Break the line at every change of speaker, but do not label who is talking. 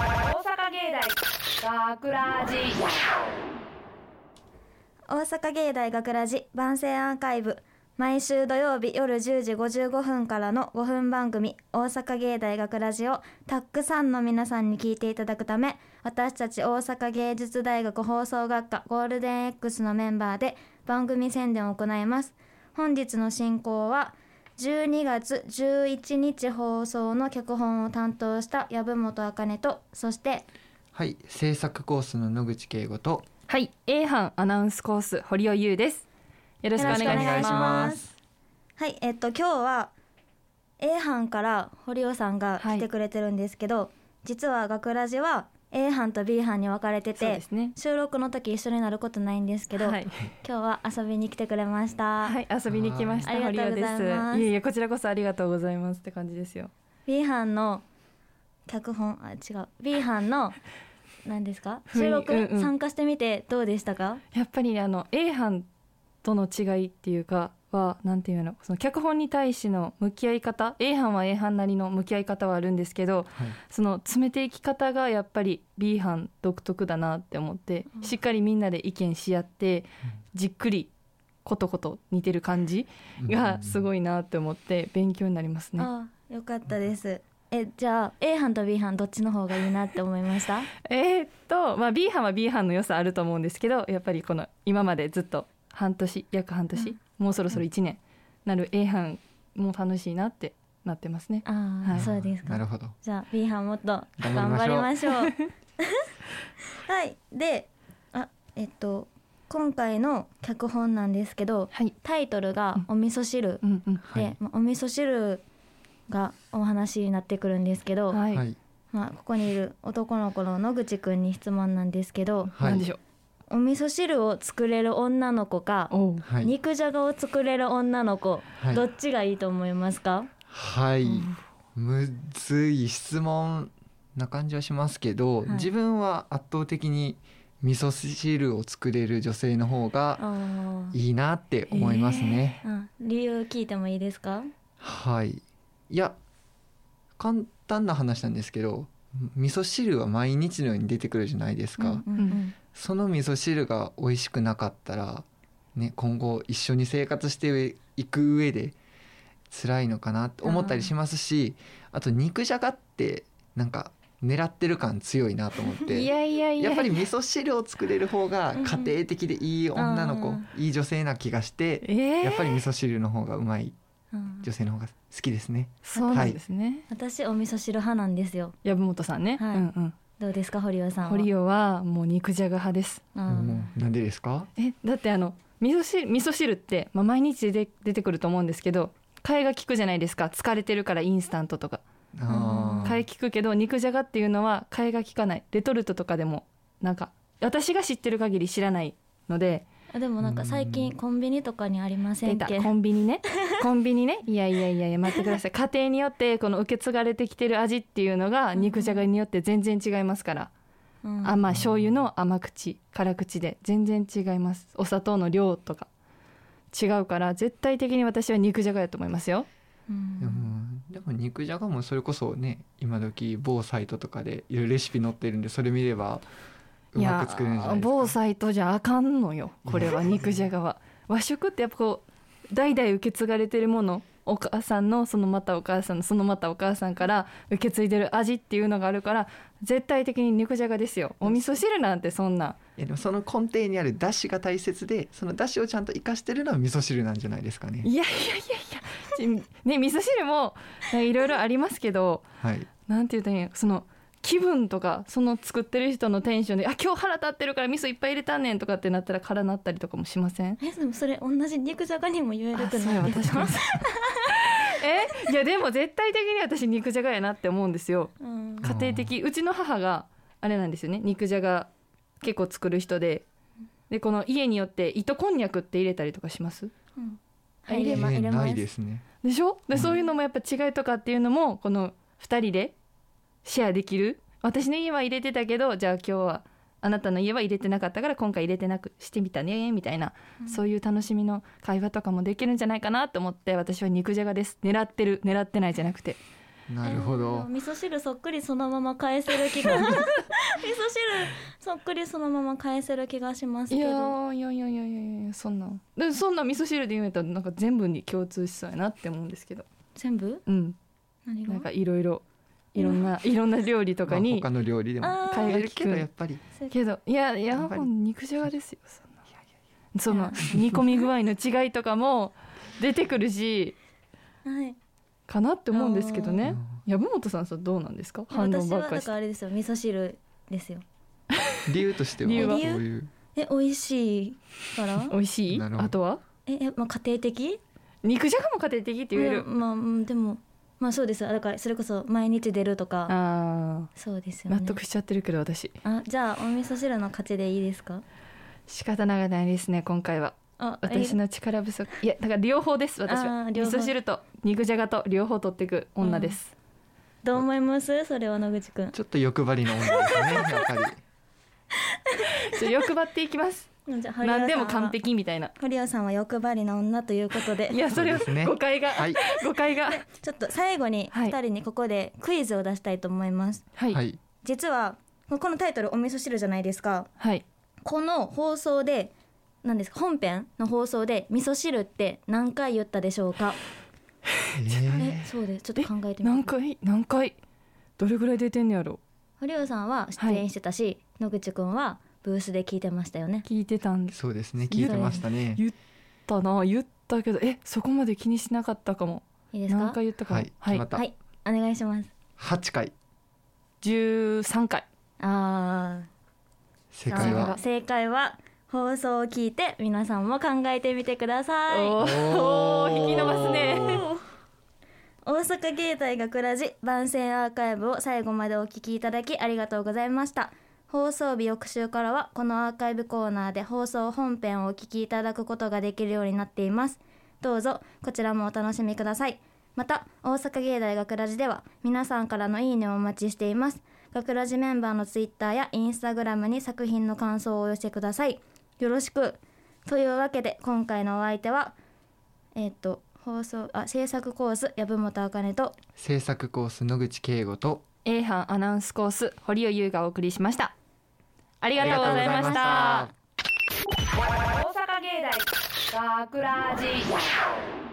阪芸大学ラジ
大阪芸大学ラジ番宣アーカイブ毎週土曜日夜10時55分からの5分番組「大阪芸大学ラジオ」をたくさんの皆さんに聞いていただくため私たち大阪芸術大学放送学科ゴールデン X のメンバーで番組宣伝を行います本日の進行は12月11日放送の脚本を担当した籔本茜とそして
はい、制作コースの野口圭吾と
はい、A 班アナウンスコース堀尾優です。よろしくお願いし
よろしくお願い
ま
し
す。
ます。はい、えっと今日は A 班から堀尾さんが来てくれてるんですけど、実は学ラジは A 班と B 班に分かれて
そう
て
で、すね。
収録の時一緒になることないんですけど、
はい、
今日は遊びに来てくれました。
はい、遊びに来まし
あ
た
りが
堀尾
とうご
で
ざいます
す。いえいえこちらこそありがとうございますって感じですよ。
B 班の脚本あ違う B 班の何ですか
ふい
収録、
うんうん
参加してみてどうでしたか？
やっぱりねあの A 班との違いっていうかはなんていうのその脚本に対しての向き合い方 A 班は A 班なりの向き合い方はあるんですけど
はい、
その詰めていき方がやっぱり B 班独特だなって思って
うん
しっかりみんなで意見し合ってじっくりことこと似てる感じがすご
い、
いなって思って勉強になりますね。
ああよかったです。えじゃあ A 班と B 班どっちの方がいいなって思いました？
えーっと、まあ、B 班は B 班の良さあると思うんですけどやっぱりこの今までずっと半年約半年、
うん
もうそろそろ1年なる A 班も楽しいなってなってますね。
ああ、
はい
そうですか
な。るほど
じゃあ B 班もっと頑
頑
張
張
り
り
ま
ま
しょう。 はい。で、あ、えっと今回の脚本なんですけど、
はい、
タイトルがお味噌汁
うんうん
で、
はい
まあお味噌汁がお話になってくるんですけど、
は、
はいい、
はい
まあここにいる男の子の野口くんに質問なんですけど、
はい
なんでしょう
お味噌汁を作れる女の子か、
おう
はい
肉じゃがを作れる女の子、
はい
どっちがいいと思いますか？
はい、
うん
むずい質問な感じはしますけど、
い
自分は圧倒的に味噌汁を作れる女性の方が
あ
いいなって思いますね、
あ、うん理由聞いてもいいですか？
はいいや簡単な話なんですけど味噌汁は毎日のように出てくるじゃないですか、
うんうんうん
その味噌汁が美味しくなかったら、ね、今後一緒に生活していく上で辛いのかなって思ったりしますしあと肉じゃがってなんか狙ってる感強いなと思って
いやいやいや
やっぱり味噌汁を作れる方が家庭的でいい女の
う
子
ん
いい女性な気がして
えー
やっぱり味噌汁の方がうまい
うん
女性の方が好きですね。
そうなんですね、
私お味噌汁派なんですよ
籔本さんね、
はい
うんうん、
どうですか堀尾さんは
堀
尾
尾はもう肉じゃが派です
うん
うんなんでですか
えだってあの味噌汁味噌汁って、まあ、毎日で出てくると思うんですけど替えが効くじゃないですか疲れてるからインスタントとか
あー
替え効くけど肉じゃがっていうのは替えが効かないレトルトとかでもなんか私が知ってる限り知らないので
あでもなんか最近コンビニとかにありませ
出
んったけ
コンビ ニねコンビニねいやいやいやいや待ってください家庭によってこの受け継がれてきてる味っていうのが
うん
肉じゃがによって全然違いますから
うん
甘い醤油の甘口辛口で全然違いますお砂糖の量とか違うから絶対的に私は肉じゃがやと思いますよ
う
でも
ん
でも肉じゃがもそれこそね今時某サイトとかでいろいろレシピ載ってるんでそれ見ればうまく作れるんじゃないですか
某サイトじゃあかんのよこれは肉じゃがは和食ってやっぱこう代々受け継がれてるものお母さんのそのまたお母さんのそのまたお母さんから受け継いでる味っていうのがあるから絶対的に肉じゃがですよお味噌汁なんてそんない
やでもその根底にあるだしが大切でそのだしをちゃんと生かしてるのは味噌汁なんじゃないですかね
いやいやいやいやちね味噌汁もねいろいろありますけど
はい
なんて言うたらいいんやその気分とかその作ってる人のテンションで「あ今日腹立ってるから味噌いっぱい入れたんねん」とかってなったら空なったりとかもしません
えでもそれ同じ肉じゃがにも言えるく
あそう
な
や
いです
私も えいやでも絶対的に私肉じゃがやなって思うんですよ
うん
家庭的うちの母があれなんですよね肉じゃが結構作る人ででこの家によって糸こんにゃくって入れたりとかします
うん
あ
入れま
え
入
ー
れます
ないですね
でしょで
うん
そういうのもやっぱ違いとかっていうのもこの2人でシェアできる私の家は入れてたけどじゃあ今日はあなたの家は入れてなかったから今回入れてなくしてみたねみたいなそういう楽しみの会話とかもできるんじゃないかなと思って私は肉じゃがです狙ってる狙ってないじゃなくて
なるほ
えーで
ど
も 味噌汁そっくりそのまま返せる気がい味噌汁そっくりそのまま返せる気がします
い
け
や
ど
ーいやいやいやいやいやそんなんでもそんな味噌汁で言うんやったらなんか全部に共通しそうやなって思うんですけど
全部
うん
何が
なんかいろいろいろんないろんな料理とか
まあ
に
他の料理でも
あー
海
や
外
るけどやっぱり
けどいやいや
やっぱり
もう肉じゃがですよそんない
やい
そ
い
の
や
煮込み具合の違いとかも出てくるし
はい
かなって思うんですけど
や
ね
いや
籔本さんさどうなんですか反論
私
ばっ
は
かり
だ
し
か
て
らあれですよ味噌汁ですよ
理由としては
理由
ど
は
ういう
え美味しいから
美味しい
なるほど
あとは
ええまあ家庭的
肉じゃがも家庭的って言える
うんまあうんでもまあそうですだからそれこそ毎日出るとか
あ
そうです
ー
よね
納得しちゃってるけど私
あじゃあお味噌汁の勝ちでいいですか
仕方ながないですね今回は
あ
私の力不足いやだから両方です私は
あー
味
両方
噌汁と肉じゃがと両方取っていく女です、
どう思いますそれは野口くん
ちょっと欲張りな女ですねやっぱり
ちょっと欲張っていきます
じゃあ堀尾さんは
何でも完璧みたいな
堀尾さんは欲張りな女ということで
いやそれは
そうですね
誤解が、
はい
誤解が
ちょっと最後に
はい
2人にここでクイズを出したいと思います、
はい
は
はい、
い
実はこのタイトル「お味噌汁」じゃないですかこの放送で何ですか本編の放送で味噌汁って何回言ったでしょうかえ
え
そうですちょっと考えてみ
何
て
回何回どれぐらい出てんねやろ
堀尾さんは出演してたし、野口くんはブースで聞いてましたよね
聞いてたん
ーそうですね聞いてましたね
言ったな言ったけどえそこまで気にしなかったかも
いいです
何
か
回言ったかも
は
はいい、
決まった
はいお願いします
8回
13回
あー
正解
さ
は
あ
正解は放送を聞いて皆さんも考えてみてください
おーおー引き伸ばすね
大阪芸大学ラジ番宣アーカイブを最後までお聞きいただきありがとうございました放送日翌週からはこのアーカイブコーナーで放送本編をお聞きいただくことができるようになっていますどうぞこちらもお楽しみくださいまた大阪芸大学ラジでは皆さんからのいいねをお待ちしています学ラジメンバーのツイッターやインスタグラムに作品の感想をお寄せくださいよろしくというわけで今回のお相手はえっと放送あ制作コース籔本茜と
制作コース野口圭吾と
A 班アナウンスコース堀尾優がお送りしましたあり
あ
がとうございま
りがとうございま
し
した
た
大阪芸大学ラジ